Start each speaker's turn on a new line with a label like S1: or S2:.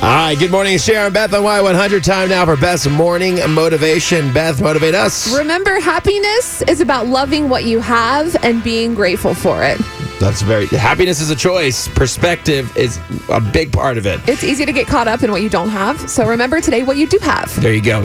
S1: All right, good morning, it's Sharon Beth on Y100. Time now for Beth's morning motivation. Beth, motivate us.
S2: Remember, happiness is about loving what you have and being grateful for it.
S1: That's very happiness is a choice. Perspective is a big part of it.
S2: It's easy to get caught up in what you don't have, so remember today what you do have.
S1: There you go.